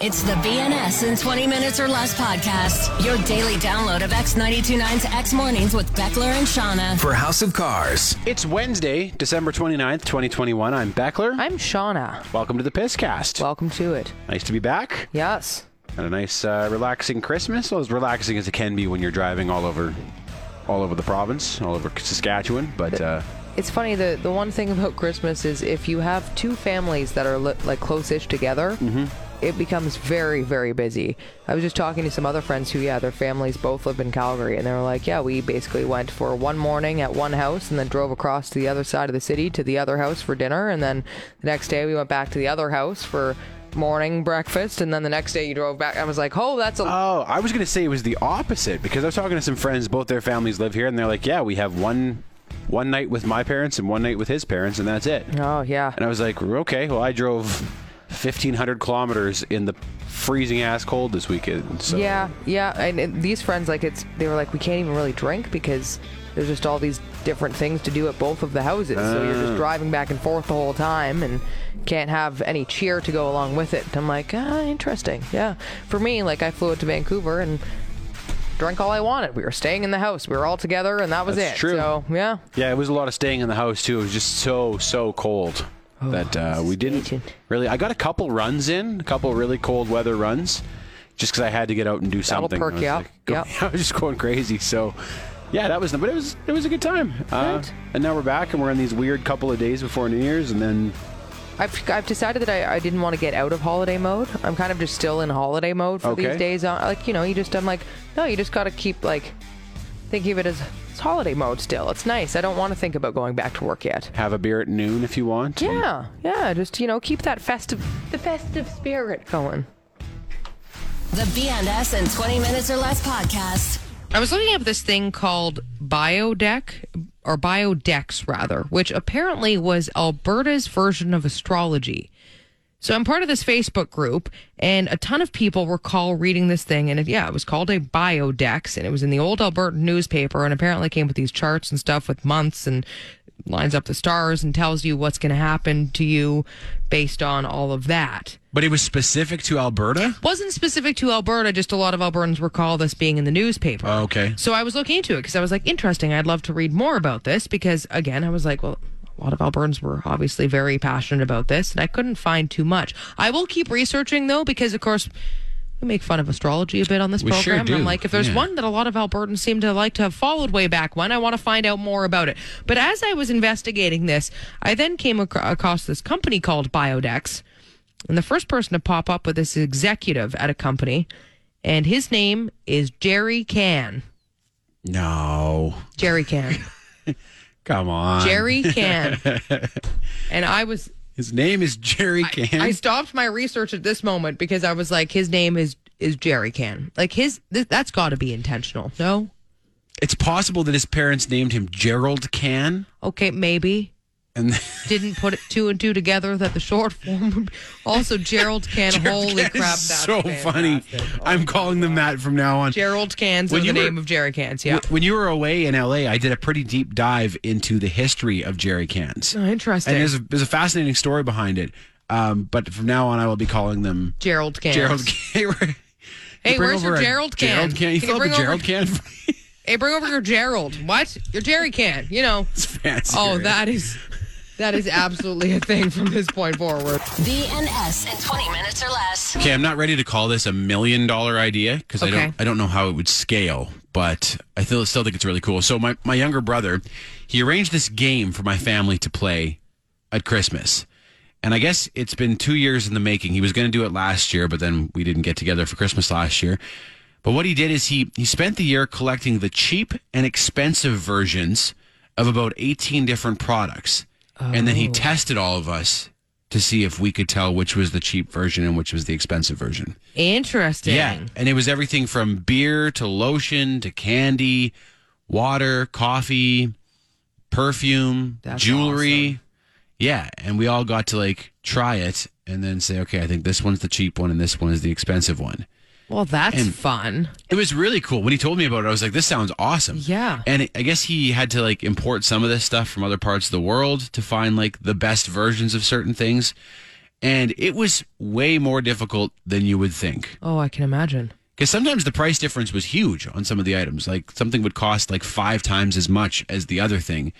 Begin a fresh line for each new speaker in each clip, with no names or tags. It's the BNS in 20 Minutes or Less podcast, your daily download of X929's X Mornings with Beckler and Shauna.
for House of Cars.
It's Wednesday, December 29th, 2021. I'm Beckler.
I'm Shauna.
Welcome to the Pisscast.
Welcome to it.
nice to be back.
Yes.
And a nice, uh, relaxing Christmas. Well, as relaxing as it can be when you're driving all over, all over the province, all over Saskatchewan. But uh,
It's funny the the one thing about Christmas is if you have two families that are li- like close-ish together, it becomes very very busy. I was just talking to some other friends who yeah, their families both live in Calgary and they were like, yeah, we basically went for one morning at one house and then drove across to the other side of the city to the other house for dinner and then the next day we went back to the other house for morning breakfast and then the next day you drove back. I was like, "Oh, that's a
oh, I was gonna say it was the opposite because I was talking to some friends. Both their families live here, and they're like, "Yeah, we have one, one night with my parents and one night with his parents, and that's it."
Oh, yeah.
And I was like, "Okay, well, I drove 1,500 kilometers in the freezing ass cold this weekend." So.
Yeah, yeah, and, and these friends like it's they were like we can't even really drink because there's just all these different things to do at both of the houses. so you're
Ah.
just driving back and forth the whole time and can't have any cheer to go along with it. And I'm like, ah, interesting. Yeah, for me, like I flew out to Vancouver and drank all I wanted. We were staying in the house. We were all together, and that was
That's
it.
true.
So yeah,
Yeah, it was a lot of staying in the house too. It was just so so cold
Oh,
that uh, we didn't
aging.
really. I got a couple runs in, a couple really cold weather runs, just because I had to get out and do
That'll
something.
perk
I was
you up.
like, going-
Yep.
I was just going crazy. So yeah, that was but it was it was a good time. Uh,
Good.
and now we're back and we're in these weird couple of days before New Year's, and then
I've, I've decided that I, I didn't want to get out of holiday mode. I'm kind of just still in holiday mode for
Okay.
these days. Uh, Like, you know, you just, I'm like, no, you just got to keep, like, thinking of it as it's holiday mode still. It's nice. I don't want to think about going back to work yet.
have a beer at noon if you want.
Yeah, yeah, just, you know, keep that festive, the festive spirit going.
The BNS in 20 Minutes or Less podcast.
I was looking up this thing called Biodeck or Biodex rather, which apparently was Alberta's version of astrology. So I'm part of this Facebook group and a ton of people recall reading this thing and it, yeah, it was called a Biodex and it was in the old Alberta newspaper and apparently came with these charts and stuff with months and lines up the stars and tells you what's going to happen to you based on all of that
But it was specific to Alberta?
wasn't specific to Alberta. Just a lot of Albertans recall this being in the newspaper.
Oh, okay.
So I was looking into it because I was like, interesting. I'd love to read more about this because, again, I was like, well, a lot of Albertans were obviously very passionate about this, and I couldn't find too much. I will keep researching though because, of course. We make fun of astrology a bit on this
We
program.
sure
and
do,
I'm like, if there's
yeah.
one that a lot of Albertans seem to like to have followed way back when, I want to find out more about it. But as I was investigating this, I then came ac- across this company called Biodex. And the first person to pop up with this is executive at a company, and his name is Jerry Can.
No,
Jerry Can.
come on.
Jerry Can. and I was
His name is Jerry Can.
I stopped my research at this moment because I was like, his name is is Jerry Can. Like his th- that's got to be intentional. No.
it's possible that his parents named him Gerald Can,
Okay, maybe.
and
Didn't put it two and two together that the short form would be. Also, Gerald Can. holy
That is
crap, that's
so funny.
fantastic.
I'm calling them that from now on.
Gerald Cans
When
is the
you were-
name of Jerry Cans. Yeah.
Wh- When you were away in LA, I did a pretty deep dive into the history of jerry cans.
Oh, interesting.
And there's a, there's a fascinating story behind it. Um, but from now on, I will be calling them
Gerald Cans.
Gerald Can.
Hey, where's your
over a
Gerald can?
Gerald Can. You
Can
fill
you
up a
bring over-
Gerald Can?
Hey, bring over your Gerald. What? Your Jerry can. You know.
it's fancy.
Oh, that is that is absolutely a thing from this point forward.
BNS in 20 Minutes or Less.
Okay, I'm not ready to call this a million dollar idea because I
Okay.
don't I don't know how it would scale, but I still still think it's really cool. So my, my younger brother, he arranged this game for my family to play at Christmas. And I guess it's been two years in the making. He was gonna do it last year, but then we didn't get together for Christmas last year. But what he did is he he spent the year collecting the cheap and expensive versions of about 18 different products. And then he tested all of us to see if we could tell which was the cheap version and which was the expensive version.
Interesting.
Yeah. And it was everything from beer to lotion to candy, water, coffee, perfume,
That's
jewelry. Yeah. And we all got to like try it and then say, okay, I think this one's the cheap one and this one is the expensive one.
Well, that's
And-
fun.
It was really cool. When he told me about it, I was like, this sounds awesome.
Yeah.
And I guess he had to like import some of this stuff from other parts of the world to find like the best versions of certain things. and it was way more difficult than you would think.
Oh, I can imagine.
Because sometimes the price difference was huge on some of the items. Like something would cost like five times as much as the other thing,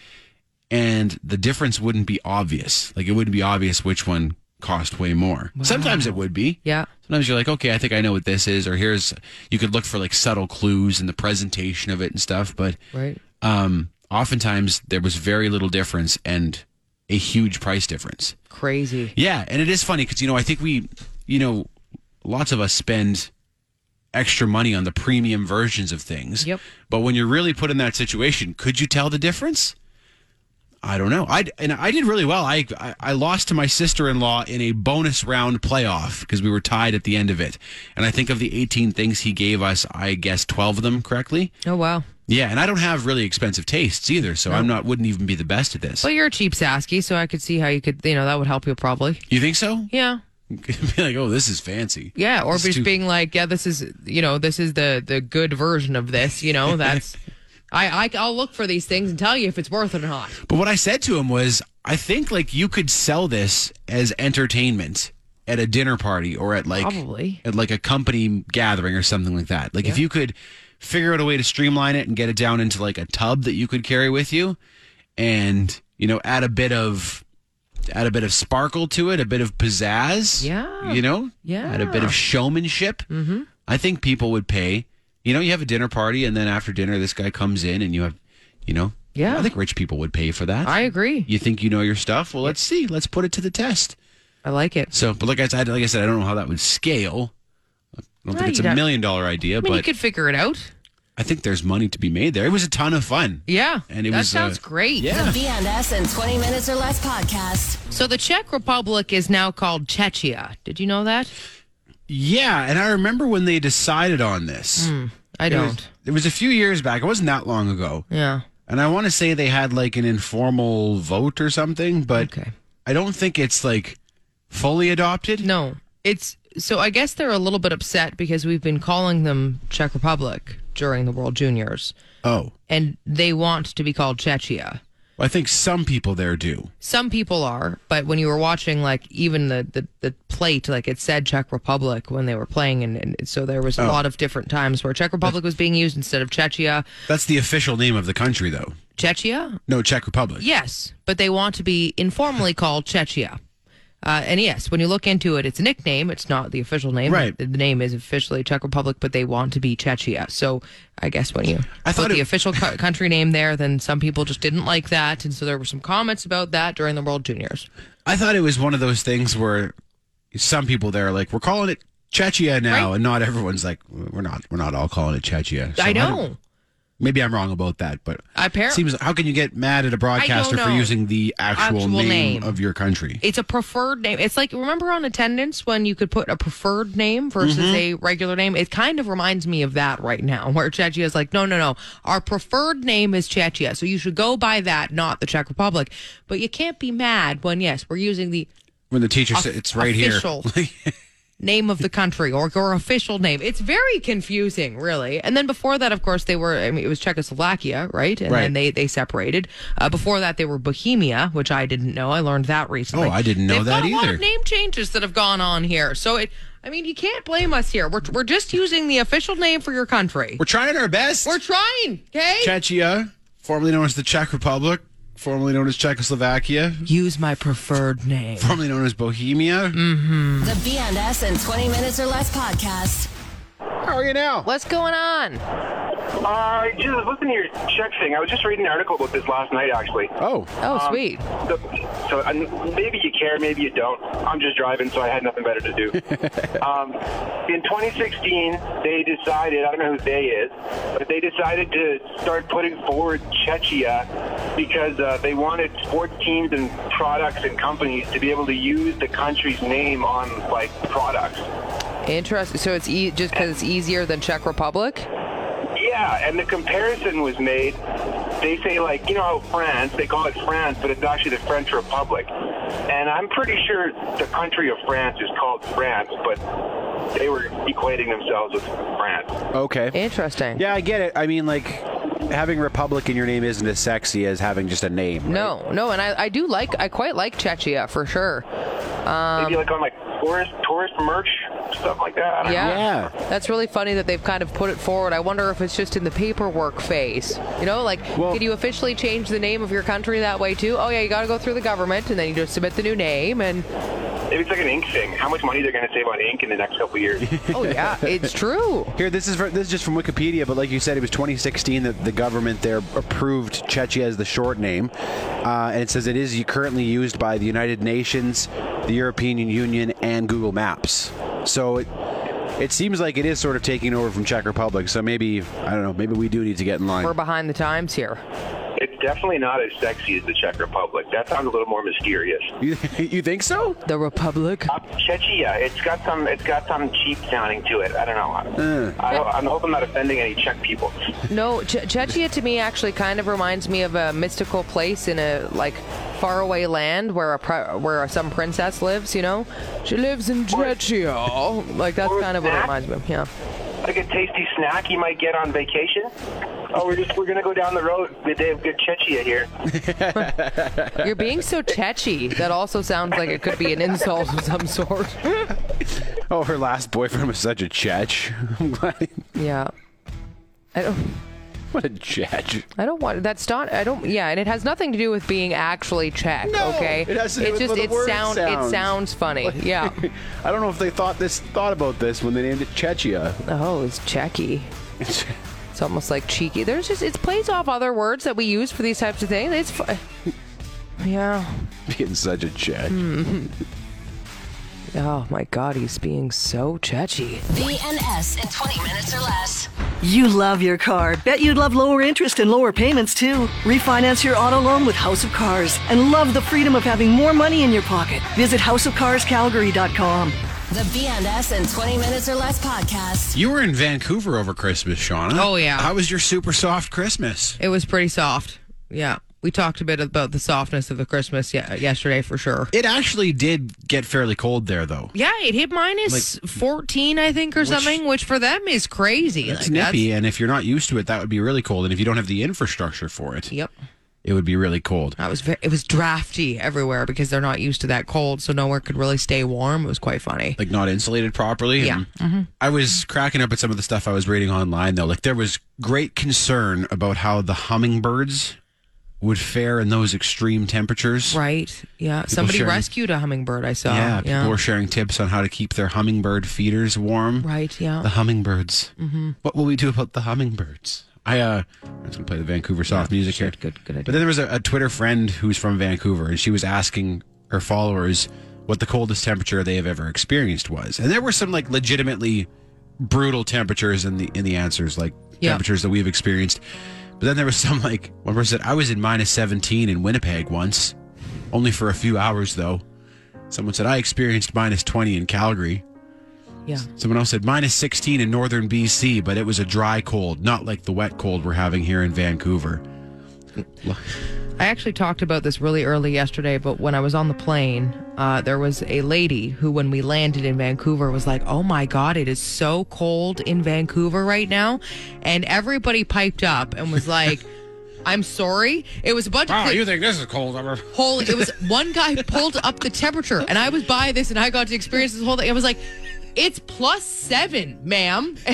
and the difference wouldn't be obvious. Like it wouldn't be obvious which one cost way more. Sometimes it would be.
Yeah.
Sometimes you're like, okay, I think I know what this is, or here's you could look for like subtle clues in the presentation of it and stuff. But
Right.
um, oftentimes there was very little difference and a huge price difference.
Crazy.
Yeah, and it is funny because you know I think we, you know, lots of us spend extra money on the premium versions of things.
Yep.
But when you're really put in that situation, could you tell the difference? I don't know. I and I did really well. I I, I lost to my sister-in-law in a bonus round playoff because we were tied at the end of it. And I think of the 18 things he gave us, I guessed 12 of them correctly.
Oh wow.
Yeah, and I don't have really expensive tastes either, so I'm not wouldn't even be the best at this.
Well, you're a cheap Sasky, so I could see how you could, you know, that would help you probably.
You think so?
Yeah.
be like, "Oh, this is fancy."
Yeah, or
It's
just
too-
being like, yeah, this is you know, this is the the good version of this. You know, that's I, I I'll look for these things and tell you if it's worth it or not.
But what I said to him was, I think like you could sell this as entertainment at a dinner party or at like
Probably.
at like a company gathering or something like that. Like if you could figure out a way to streamline it and get it down into like a tub that you could carry with you and you know add a bit of add a bit of sparkle to it, a bit of pizzazz.
Yeah.
You know?
Yeah.
Add a bit of showmanship. Mm-hmm. I think people would pay. You know, you have a dinner party and then after dinner this guy comes in and you have you know
Yeah.
I think rich people would pay for that.
I agree.
You think you know your stuff? Well, let's see. Let's put it to the test.
I like it.
So, but like I said, like I said, I don't know how that would scale. I don't
No,
think it's
you
a
don't-
million dollar idea,
I mean, you
but
could figure it out.
I think there's money to be made there. It was a ton of fun.
Yeah,
And it
that
was,
sounds
uh,
great.
Yeah.
The BNS and 20 Minutes or Less podcast.
So the Czech Republic is now called Chechia. Did you know that?
Yeah. And I remember when they decided on this. It, was,
I Hmm, don't.
it was a few years back. It wasn't that long ago.
Yeah.
And I want to say they had like an informal vote or something, but
Okay.
I don't think it's like fully adopted.
No. It's so I guess they're a little bit upset because we've been calling them Czech Republic during the World Juniors,
Oh,
and they want to be called Chechia.
I think some people there do.
some people are, but when you were watching, like even the the, the plate, like it said Czech Republic when they were playing, and, and so there
Oh.
was a lot of different times where Czech Republic was being used instead of Chechia.
That's the official name of the country, though.
Chechia,
No, Czech Republic.
yes, but they want to be informally called Chechia. Uh, and yes, when you look into it, it's a nickname. It's not the official name.
Right.
The, the name is officially Czech Republic, but they want to be Chechia. So I guess when you
I
put
thought
the
it-
official co- country name there, then some people just didn't like that, and so there were some comments about that during the World Juniors.
I thought it was one of those things where some people there are like, we're calling it Chechia now,
Right.
and not everyone's like, we're not, we're not all calling it Chechia. So
I
don't-
know.
maybe I'm wrong about that, but
Appar-
seems how can you get mad at a broadcaster for
know.
using the actual,
Actual
name,
name.
of your country?
it's a preferred name. It's like remember on attendance when you could put a preferred name versus a regular name. It kind of reminds me of that right now, where Chechia is like, no, no, no, our preferred name is Chechia, so you should go by that, not the Czech Republic. But you can't be mad when yes, we're using the
When the teacher said it's right
official
here.
name of the country or your official name. It's very confusing, really. And then before that, of course, they were, I mean, it was Czechoslovakia, right? And
Right.
then they, they separated. Uh, before that, they were Bohemia, which I didn't know. I learned that recently.
Oh, I didn't know
They've got
that
a lot
either.
of name changes that have gone on here. So it, I mean, you can't blame us here. We're, we're just using the official name for your country.
we're trying our best.
We're trying, okay?
Chechia, formerly known as the Czech Republic, formerly known as Czechoslovakia,
Use my preferred name.
formerly known as Bohemia.
Mm.
The BNS and 20 Minutes or Less podcast.
How are you now?
What's going on?
Uh, just listen to your check thing. I was just reading an article about this last night, actually.
Oh,
Oh, sweet.
So, so i maybe you care, maybe you don't. I'm just driving, so I had nothing better to do. um, in 2016, they decided, I don't know who they is, but they decided to start putting forward Chechia because uh, they wanted sports teams and products and companies to be able to use the country's name on, like, products.
Interesting. So it's e- just because it's easier than Czech Republic?
Yeah, and the comparison was made. They say, like, you know how France, they call it France, but it's actually the French Republic. And I'm pretty sure the country of France is called France, but they were equating themselves with France.
Okay.
Interesting.
Yeah, I get it. I mean, like, having Republic in your name isn't as sexy as having just a name. right?
No, no, and I, I do like I quite like Chechia for sure.
Maybe like on like tourist tourist merch stuff like that. I don't know.
Yeah.
Yeah.
That's really funny that they've kind of put it forward. I wonder if it's just in the paperwork phase. You know, like,
Well-
can you officially change the name of your country that way, too? Oh, yeah, you got to go through the government, and then you just submit the new name. And,
Maybe it's like an ink thing. How much money they're going to save on ink in the next couple of years?
oh, yeah, it's true.
Here, this is for, this is just from Wikipedia, but like you said, it was 2016 that the government there approved Chechia as the short name, uh, and it says it is currently used by the United Nations, the European Union, and Google Maps. So it it seems like it is sort of taking over from Czech Republic. So maybe I don't know. Maybe we do need to get in line.
We're behind the times here.
it's definitely not as sexy as the Czech Republic. That sounds a little more mysterious.
you, you think so?
The Republic.
Uh, Chechia. It's got some. It's got some cheap sounding to it. I don't know. I, I'm hope I'm not offending any Czech people.
No, Che- Chechia to me actually kind of reminds me of a mystical place in a like faraway land where a pri- where some princess lives. You know, she lives in Chechia. Like that's
or
kind of what it
that.
reminds me. of, Yeah.
Like a tasty snack you might get on vacation. Oh, we're just we're gonna go down the road. They have good Chechia here.
You're being so Chechi. That also sounds like it could be an insult of some sort.
Oh, her last boyfriend was such a Chech. I'm glad.
Yeah. I don't.
What a Chech.
I don't want. That's not. I don't. Yeah, and it has nothing to do with being actually Czech.
No,
okay.
it has to do
It's
with
just
what the
it
word
sound- It
sounds.
sounds funny. Yeah.
I don't know if they thought this thought about this when they named it Chechia.
Oh, it's Checky. It's almost like cheeky. There's just it plays off other words that we use for these types of things. It's fu- yeah.
Being such a Chech.
Oh my God, he's being so chetchy.
BNS in 20 minutes or less.
You love your car. Bet you'd love lower interest and lower payments too. Refinance your auto loan with House of Cars and love the freedom of having more money in your pocket. Visit houseofcarscalgary.com.
The BNS in 20 minutes or less podcast.
You were in Vancouver over Christmas, Shauna.
Oh, yeah.
How was your super soft Christmas?
It was pretty soft. Yeah, we talked a bit about the softness of the Christmas ye- yesterday for sure.
It actually did get fairly cold there, though.
Yeah, it hit minus 14, I think, or something, which for them is crazy.
It's
Like, that's-
nippy, and if you're not used to it, that would be really cold. And if you don't have the infrastructure for it,
Yep.
it would be really cold.
That was very, it was drafty everywhere because they're not used to that cold, so nowhere could really stay warm. It was quite funny.
Like not insulated properly.
Yeah. Mm-hmm.
and I was cracking up at some of the stuff I was reading online though. Like there was great concern about how the hummingbirds would fare in those extreme temperatures.
Right. Yeah. Somebody
sharing-
rescued a hummingbird I saw.
Yeah, people were sharing tips on how to keep their hummingbird feeders warm.
Right, yeah.
The hummingbirds. Mm-hmm. What will we do about the hummingbirds? I uh, I'm just gonna play the Vancouver soft music here.
good- good idea.
But then there was a, a Twitter friend who's from Vancouver, and she was asking her followers what the coldest temperature they have ever experienced was, and there were some like legitimately brutal temperatures in the in the answers, like
Yeah.
temperatures that we've experienced. But then there was some like one person said, "I was in minus 17 in Winnipeg once, only for a few hours though." Someone said, "I experienced minus 20 in Calgary."
Yeah.
Someone else said minus 16 in northern BC, but it was a dry cold, not like the wet cold we're having here in Vancouver.
I actually talked about this really early yesterday, but when I was on the plane, uh, there was a lady who, when we landed in Vancouver, was like, Oh my God, it is so cold in Vancouver right now. And everybody piped up and was like, I'm sorry. It was a bunch of. people-
think this is cold?
Holy, it was one guy pulled up the temperature, and I was by this, and I got to experience this whole thing. I was like, "It's plus seven, ma'am."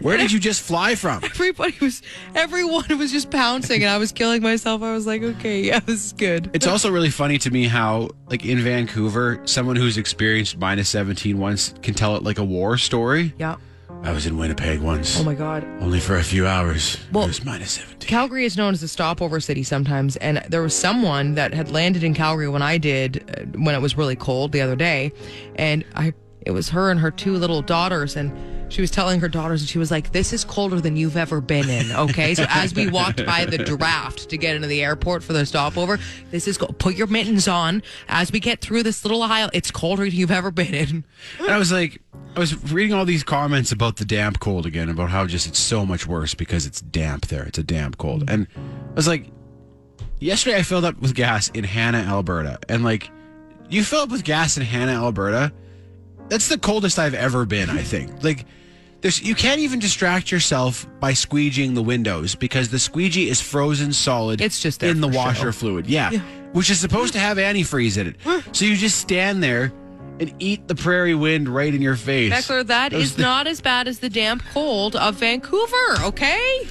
Where did you just fly from?
Everybody was, everyone was just pouncing, and I was killing myself. I was like, "Okay, yeah, this is good."
It's also really funny to me how, like in Vancouver, someone who's experienced minus 17 once can tell it like a war story.
Yeah.
I was in Winnipeg once,
Oh my God.
only for a few hours.
Well-
it was minus 17.
Calgary is known as a stopover city sometimes, and there was someone that had landed in Calgary when I did, uh, when it was really cold the other day, and I, it was her and her two little daughters, and she was telling her daughters, and she was like, "This is colder than you've ever been in." Okay, so as we walked by the draft to get into the airport for the stopover, this is co- put your mittens on as we get through this little aisle. It's colder than you've ever been in.
And I was like, I was reading all these comments about the damp cold again, about how just it's so much worse because it's damp there. It's a damp cold. And
Mm-hmm.
I was like, yesterday I filled up with gas in Hanna, Alberta. And like, you fill up with gas in Hanna, Alberta. That's the coldest I've ever been, I think. Like, there's, you can't even distract yourself by squeegeeing the windows because the squeegee is frozen solid.
It's just there
in the
for show.
washer fluid. Yeah. which is supposed to have antifreeze in
Mm.
it. So you just stand there and eat the prairie wind right in your face.
Beckler, that
Those
is
thi-
not as bad as the damp cold of Vancouver, okay?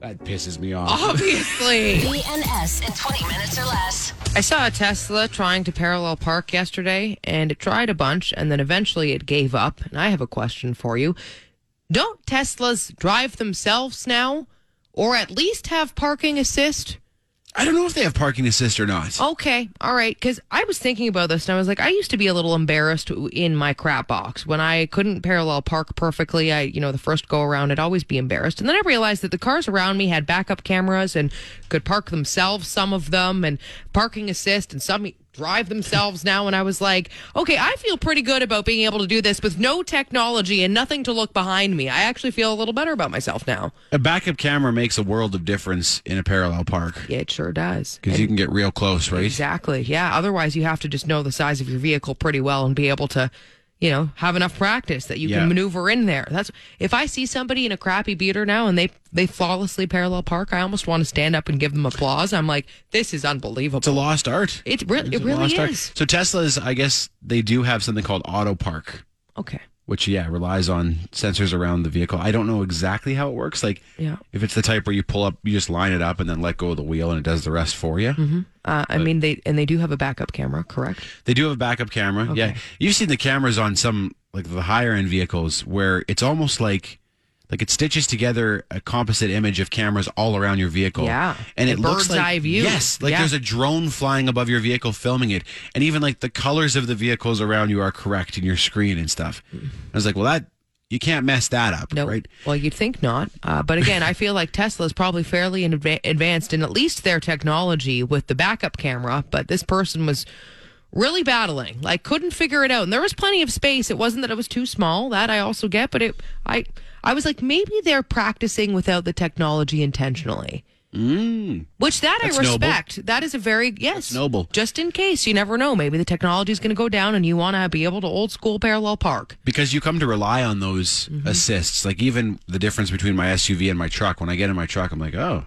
That pisses me off.
Oh. Obviously.
BNS in 20 minutes or less.
I saw a Tesla trying to parallel park yesterday and it tried a bunch and then eventually it gave up. And I have a question for you. Don't Teslas drive themselves now or at least have parking assist?
I don't know if they have parking assist or not.
Okay, all right. Because I was thinking about this and I was like, I used to be a little embarrassed in my crap box when I couldn't parallel park perfectly. I, you know, the first go around, I'd always be embarrassed. And then I realized that the cars around me had backup cameras and could park themselves, some of them, and parking assist, and some e, drive themselves now. And I was like, okay, I feel pretty good about being able to do this with no technology and nothing to look behind me. I actually feel a little better about myself now.
A backup camera makes a world of difference in a parallel park
Yeah, it sure does.
because you can get real close, right?
Exactly. Yeah. Otherwise, you have to just know the size of your vehicle pretty well and be able to, you know, have enough practice that you
Yeah.
can maneuver in there. That's if I see somebody in a crappy beater now and they they flawlessly parallel park, I almost want to stand up and give them applause. I'm like, this is
It's a
unbelievable.
lost art.
It's re- it
It's a
really
lost art.
is.
So Teslas, I guess they do have something called auto park,
okay.
which yeah relies on sensors around the vehicle. I don't know exactly how it works. Like
Yeah.
if it's the type where you pull up, you just line it up and then let go of the wheel and it does the rest for you.
Uh, I mean, they and they do have a backup camera, correct?
They do have a backup camera. Yeah, you've seen the cameras on some like the higher end vehicles where it's almost like like it stitches together a composite image of cameras all around your vehicle.
Yeah.
and
A
it looks
bird's
like
eye view.
yes, like
Yeah.
there's a drone flying above your vehicle filming it, and even like the colors of the vehicles around you are correct in your screen and stuff. I was like, well, that you can't mess that up,
No.
right?
Well, you'd think not. Uh, but again, I feel like Tesla's probably fairly in adva- advanced in at least their technology with the backup camera. But this person was really battling, like couldn't figure it out. And there was plenty of space. It wasn't that it was too small. That I also get. But it, I, I was like, maybe they're practicing without the technology intentionally. Mm. Which that
That's
I
noble.
respect. That is a very yes
noble.
Just in case, you never know. Maybe the technology is going to go down, and you want to be able to old school parallel park.
because you come to rely on those
Mm-hmm.
assists. Like even the difference between my SUV and my truck. When I get in my truck, I'm like, oh,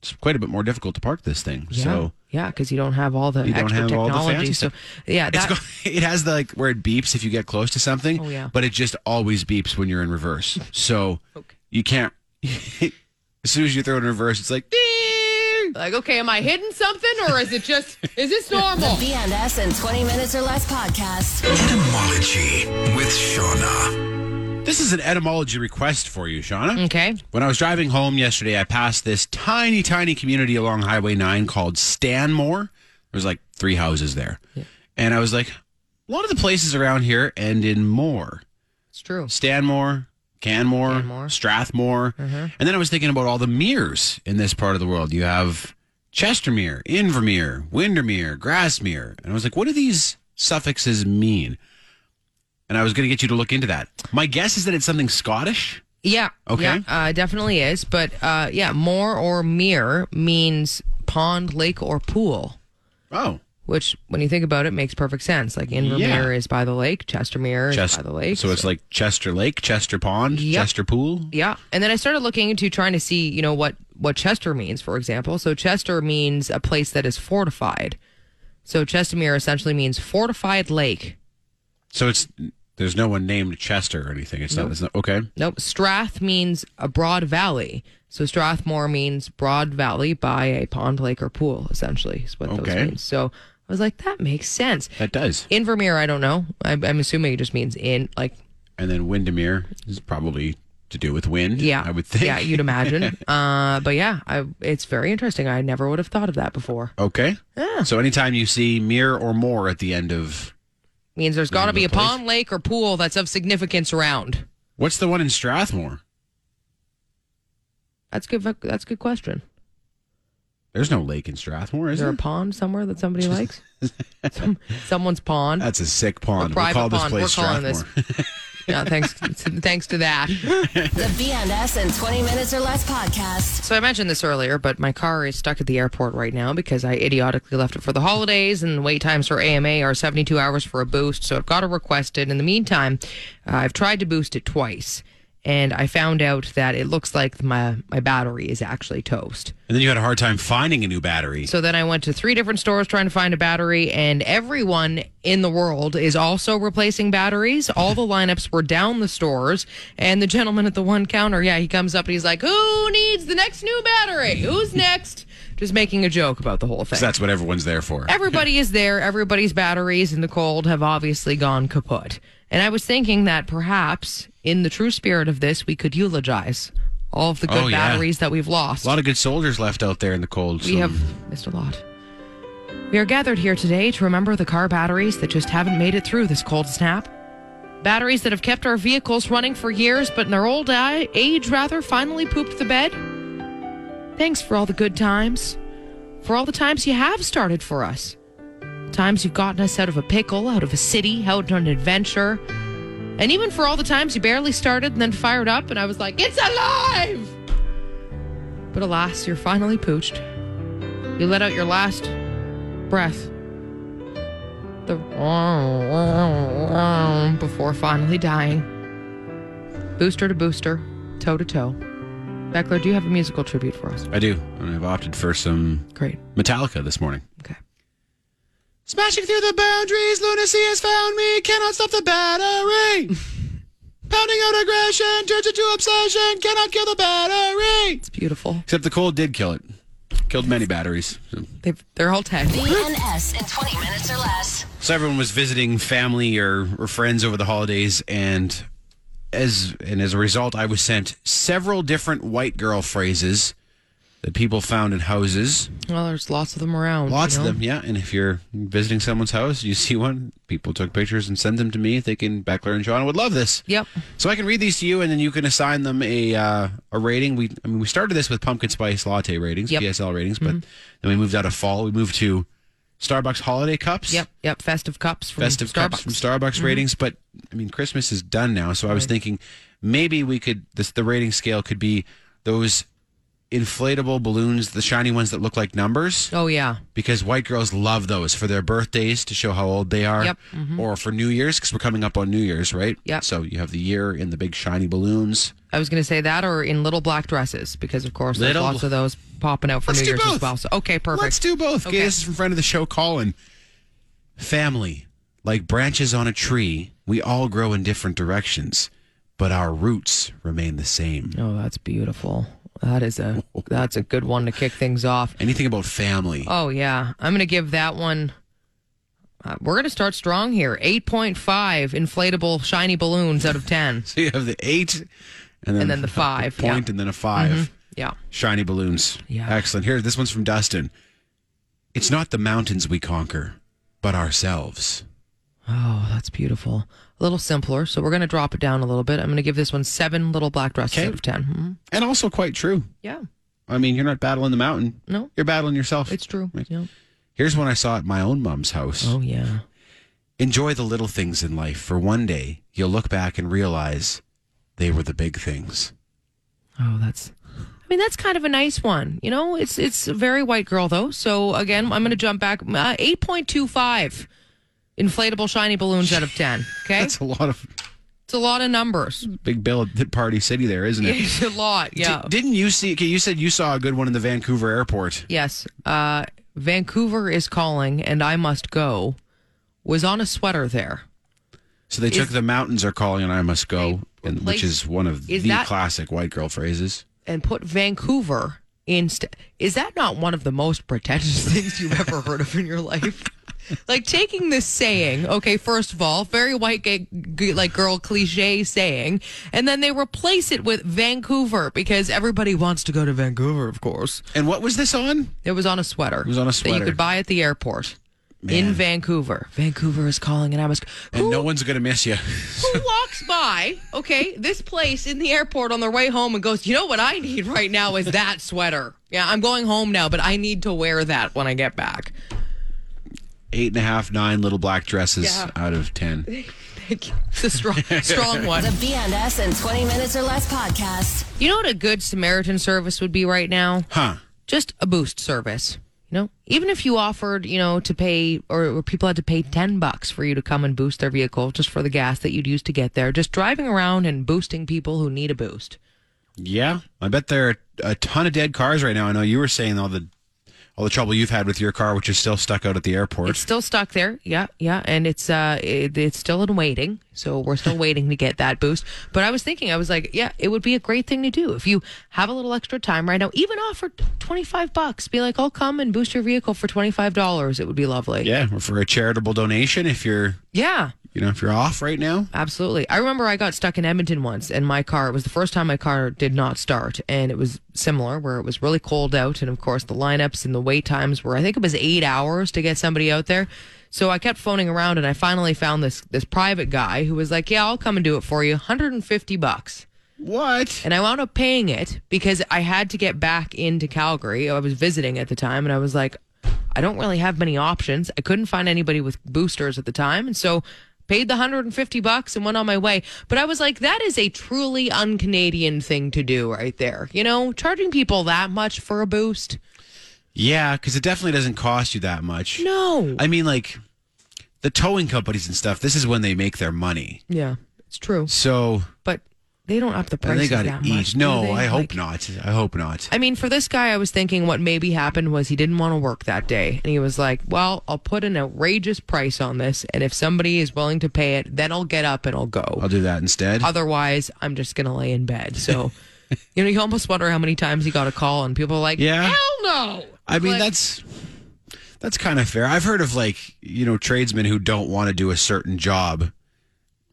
it's quite a bit more difficult to park this thing. So
yeah, because you don't have all the
You don't
extra
have all the
technology.
fancy
so
stuff.
yeah,
it's
that,
go- it has the like where it beeps if you get close to something.
Oh, yeah.
But it just always beeps when you're in reverse. So you can't. as soon as you throw it in reverse, it's like. "Ding!"
like okay, am I hidden something or is it just is this normal?
BNS in 20 minutes or less podcast.
Etymology with Shauna.
This is an etymology request for you, Shauna.
okay,
When I was driving home yesterday, I passed this tiny, tiny community along Highway 9 called Stanmore. There's like three houses there. And I was like, a lot of the places around here end in more.
it's true.
Stanmore, Canmore,
Canmore.
Strathmore. And then I was thinking about all the meres in this part of the world. You have Chestermere, Invermere, Windermere, Grassmere. And I was like, what do these suffixes mean? And I was going to get you to look into that. My guess is that it's something Scottish.
Yeah.
Okay.
Yeah, uh, it definitely is, but uh, yeah, more or mere means pond, lake, or pool.
Oh.
Which, when you think about it, makes perfect sense. Like Invermere
Yeah.
is by the lake, Chestermere is
Chest-
by the lake.
So it's like Chester Lake, Chester Pond,
Yep.
Chester Pool.
Yeah, and then I started looking into trying to see, you know, what what Chester means, for example. So Chester means a place that is fortified. So Chestermere essentially means fortified lake.
So it's there's no one named Chester or anything. It's not. It's not okay.
Nope, Strath means a broad valley. So Strathmore means broad valley by a pond, lake, or pool. Essentially, is what
Okay.
those means. So I was like, that makes sense.
That does.
Invermere, I don't know. I'm, I'm assuming it just means in, like
And then Windermere is probably to do with wind.
yeah,
I would think.
yeah, you'd imagine. uh, but yeah, I, it's very interesting. I never would have thought of that before.
Okay. So anytime you see mere or more at the end of
means there's got to be a pond, lake, or pool that's of significance around.
what's the one in Strathmore?
That's good. That's a good question.
There's no lake in Strathmore, is
Is there
there?
a pond somewhere that somebody likes? Some, someone's pond.
That's a sick pond.
private
call this
pond.
place
We're calling this-
Strathmore.
Yeah, thanks. thanks to that.
The BNS in 20 minutes or less podcast.
So I mentioned this earlier, but my car is stuck at the airport right now because I idiotically left it for the holidays, and wait times for AMA are 72 hours for a boost. So I've got to request it. In the meantime, uh, I've tried to boost it twice, and I found out that it looks like my my battery is actually toast.
And then you had a hard time finding a new battery.
So then I went to three different stores trying to find a battery, and everyone in the world is also replacing batteries. All the lineups were down the stores, and the gentleman at the one counter, yeah, he comes up and he's like, "Who needs the next new battery? Who's next?" Just making a joke about the whole thing.
'Cause that's what everyone's there for.
Everybody is there. Everybody's batteries in the cold have obviously gone kaput. And I was thinking that perhaps, in the true spirit of this, we could eulogize all of the good
Oh, yeah.
batteries that we've lost.
a lot of good soldiers left out there in the cold.
we
so-
have missed a lot. We are gathered here today to remember the car batteries that just haven't made it through this cold snap. Batteries that have kept our vehicles running for years, but in their old i- age, rather, finally pooped the bed. Thanks for all the good times, for all the times you have started for us. Times you've gotten us out of a pickle, out of a city, out on an adventure. And even for all the times you barely started and then fired up, and I was like, it's alive! But alas, you're finally pooched. You let out your last breath. The before finally dying. Booster to booster, toe to toe. Beckler, do you have a musical tribute for us?
I do. And I've opted for some
Great.
Metallica this morning.
Okay.
Smashing through the boundaries, lunacy has found me. Cannot stop the battery. Pounding out aggression, turns into obsession. Cannot kill the battery.
It's beautiful.
Except the cold did kill it. Killed many batteries. So-
They've, they're all 10.
BNS in 20 minutes or less.
So everyone was visiting family or, or friends over the holidays, and as and as a result, I was sent several different white girl phrases that people found in houses.
Well, there's lots of them around. you
Lots of
know?
them, yeah. And if you're visiting someone's house, you see one, people took pictures and sent them to me, thinking Beckler and Sean would love this.
Yep.
So I can read these to you, and then you can assign them a uh, a rating. We I mean, we started this with pumpkin spice latte ratings,
Yep. Mm-hmm.
PSL ratings, but then we moved out of fall. We moved to Starbucks holiday cups.
Yep, yep. Festive cups from
Festive
Starbucks. Mm-hmm.
cups from Starbucks ratings, but I mean Christmas is done now, so I was thinking maybe we could this the rating scale could be those inflatable balloons, the shiny ones that look like numbers
oh, yeah.
because white girls love those for their birthdays to show how old they are,
Yep, Mm-hmm.
or for New Year's because we're coming up on New Year's, right?
Yep.
So you have the year in the big shiny balloons.
I was going to say that or in little black dresses because, of course,
Little-
there's lots of those popping out for
Let's
New
do
Year's
both.
as well. So, okay, perfect.
Let's do both. Okay.
Okay.
this is from friend of the show, Colin. Family, like branches on a tree, we all grow in different directions, but our roots remain the same.
Oh, that's beautiful. That is a that's a good one to kick things off.
Anything about family?
Oh yeah, I'm gonna give that one. Uh, we're gonna start strong here. Eight point five inflatable shiny balloons out of ten.
So you have the eight, and then,
And then the five,
a point
yeah. Mm-hmm.
and then a 5
Yeah,
Shiny balloons.
Yeah.
Excellent. Here, this one's from Dustin. It's not the mountains we conquer, but ourselves.
oh that's beautiful. A little simpler, so we're gonna drop it down a little bit. I'm gonna give this one seven little black dresses
Okay.
out of 10 Mhm.
And also quite true.
Yeah,
I mean, you're not battling the mountain.
No.
You're battling yourself.
it's true. Yeah.
Here's one I saw at my own mom's house.
Oh yeah.
Enjoy the little things in life, for one day you'll look back and realize they were the big things.
Oh, that's. I mean, that's kind of a nice one. You know, it's it's a very white girl though. So again, I'm going to jump back uh, eight point two five inflatable shiny balloons out of ten. Okay,
That's a lot of
it's a lot of numbers.
big bill at Party City there, isn't it?
It's a lot. Yeah.
Di- didn't you see? Okay, you said you saw a good one in the Vancouver airport.
yes. Uh, Vancouver is calling, and I must go. Was on a sweater there.
So they took the mountains are calling and I must go, and, which
replaced-
is one of
is
the
that-
classic white girl phrases.
and put Vancouver in. St- is that not one of the most pretentious things you've ever heard of in your life? Like taking this saying, okay, first of all, very white gay, g- like girl cliche saying, and then they replace it with Vancouver because everybody wants to go to Vancouver, of course.
And what was this on?
It was on a sweater. It
was on a
that
sweater.
you could buy at the airport in Vancouver. Vancouver is calling, and I was
And
who
no one's gonna miss you.
who walks by, okay, this place in the airport on their way home and goes, you know what I need right now is that sweater. Yeah, I'm going home now, but I need to wear that when I get back.
Eight and a half, nine little black dresses
Yeah.
out of ten.
It's a strong, strong one.
The BNS in 20 minutes or less podcast.
You know what a good Samaritan service would be right now?
Huh.
Just a boost service. No. Even if you offered, you know, to pay or, or people had to pay 10 bucks for you to come and boost their vehicle just for the gas that you'd use to get there, just driving around and boosting people who need a boost.
Yeah, I bet there are a ton of dead cars right now. I know you were saying all the all the trouble you've had with your car, which is still stuck out at the airport.
It's still stuck there. Yeah, yeah, and it's uh it, it's still in waiting. So we're still waiting to get that boost. But I was thinking I was like, yeah, it would be a great thing to do if you have a little extra time right now, even offer 25 bucks. Be like, "I'll come and boost your vehicle for $25." It would be lovely.
yeah, or for a charitable donation if you're
Yeah.
you know if you're off right now.
Absolutely. I remember I got stuck in Edmonton once and my car, it was the first time my car did not start. And it was similar where it was really cold out. And of course, the lineups and the wait times were, I think it was eight hours to get somebody out there. So I kept phoning around and I finally found this, this private guy who was like, yeah, I'll come and do it for you. 150 bucks.
What?
And I wound up paying it because I had to get back into Calgary. I was visiting at the time and I was like, I don't really have many options. I couldn't find anybody with boosters at the time. And so paid the 150 bucks and went on my way. But I was like, that is a truly un Canadian thing to do right there. You know, charging people that much for a boost.
Yeah, because it definitely doesn't cost you that much.
No.
I mean like the towing companies and stuff. This is when they make their money.
yeah, it's true.
So
But they don't up the
and
price.
they got to
that much,
eat.
do
No,
they?
I hope
Like-
not. I hope not.
I mean, for this guy, I was thinking what maybe happened was he didn't want to work that day. And he was like, well, I'll put an outrageous price on this. And if somebody is willing to pay it, then I'll get up and I'll go.
I'll do that instead.
Otherwise, I'm just going to lay in bed. So, you know, you almost wonder how many times he got a call and people are like,
Yeah.
hell no.
I mean,
Like,
that's that's kind of fair. I've heard of like you know tradesmen who don't want to do a certain job,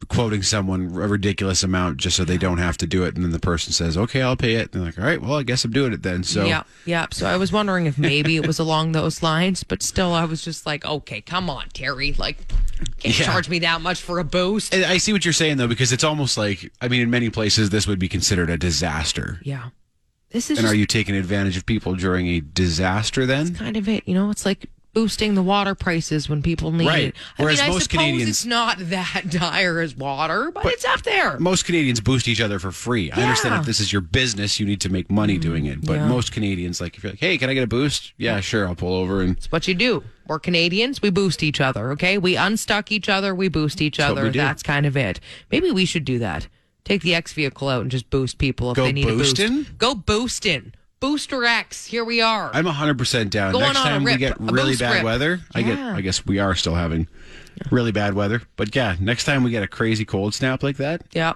quoting someone a ridiculous amount just so they don't have to do it, and then the person says, "Okay, I'll pay it." And they're like, "All right, well, I guess I'm doing it then." So
Yeah, yeah. So I was wondering if maybe it was along those lines, but still, I was just like, okay, come on, Terry. Like, can't
Yeah.
charge me that much for a boost.
I I see what you're saying though, because it's almost like I mean, in many places this would be considered a disaster.
yeah. This is
And
just
are you taking advantage of people during a disaster then?
kind of it. You know, it's like boosting the water prices when people need
Right.
it.
Whereas
I mean,
most
I suppose
Canadians-
it's not that dire as water, but, it's up there.
most Canadians boost each other for free. I understand
Yeah. Mm,
if this is your business, you need to make money doing it. But
yeah.
most Canadians, like if you're like, hey, can I get a boost? Yeah, sure, I'll pull over and
It's what you do. We're Canadians. We boost each other. Okay, we unstuck each other. We boost each
what we
other.
do.
That's kind of it. Maybe we should do that. Take the X vehicle out and just boost people if
Go
they need a
boostin'?
boost. Go boostin'. Booster X. Here we are.
I'm 100% down.
Going
Next
on a
time we
rip,
get
a
really
boost
bad
rip.
weather, I get
Yeah.
I guess we are still having really bad weather. But yeah, next time we get a crazy cold snap like that,
yeah,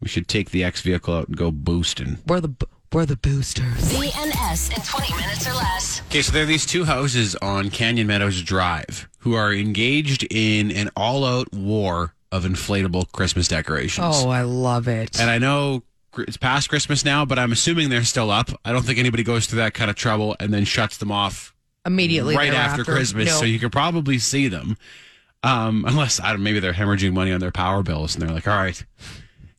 we should take the X vehicle out and go boosting.
we're the bo- we're the boosters.
BNS in 20 minutes or less.
Okay, so there are these two houses on Canyon Meadows Drive who are engaged in an all-out war of inflatable Christmas decorations.
Oh, I love it.
And I know cr- it's past Christmas now, but I'm assuming they're still up. I don't think anybody goes through that kind of trouble and then shuts them off
Immediately
right
thereafter.
after Christmas.
No.
So you could probably see them, um, unless I don't. Maybe they're hemorrhaging money on their power bills, and they're like, "All right,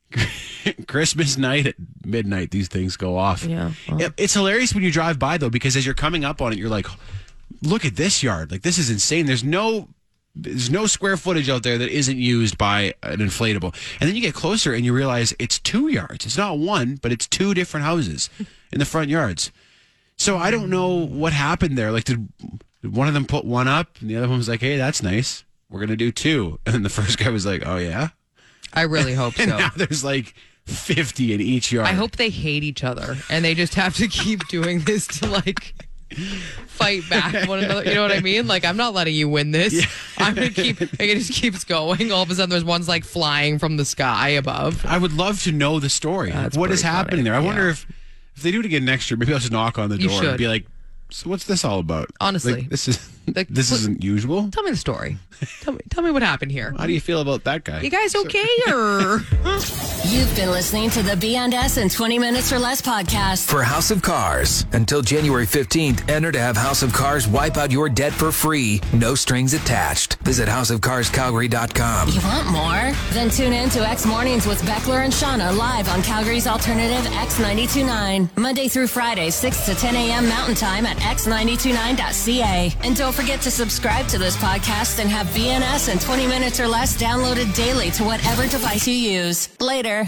Christmas night at midnight, these things go off."
Yeah, well.
It- it's hilarious when you drive by though, because as you're coming up on it, you're like, "Look at this yard! Like this is insane." There's no there's no square footage out there that isn't used by an inflatable. And then you get closer and you realize it's two yards. It's not one, but it's two different houses in the front yards. So I don't know what happened there. Like, did, did one of them put one up and the other one was like, hey, that's nice. We're going to do two. And the first guy was like, oh, yeah.
I really hope so.
And now there's like 50 in each yard.
I hope they hate each other and they just have to keep doing this to like fight back one another. You know what I mean? Like I'm not letting you win this. I'm gonna keep. Like, it just keeps going. All of a sudden, there's ones like flying from the sky above.
I would love to know the story. Like,
That's
what is
pretty funny.
happening there? I wonder
Yeah.
if, if they do it again next year, maybe I'll just knock on the
You
door and
should.
be like, so what's this all about?
Honestly.
Like, this is
Like,
this
pl-
isn't usual.
Tell me the story. Tell me. Tell me what happened here.
How do you feel about that guy?
You guys okay or?
You've been listening to the BNS in 20 minutes or less podcast.
For House of Cars, until January 15th, enter to have House of Cars wipe out your debt for free, no strings attached. Visit houseofcarscalgary.com.
You want more? Then tune in to X Mornings with Beckler and Shauna live on Calgary's alternative X929. Monday through Friday, 6 to 10 a.m. Mountain Time at x929.ca. And don't forget to subscribe to this podcast and have BNS in 20 minutes or less downloaded daily to whatever device you use. Later.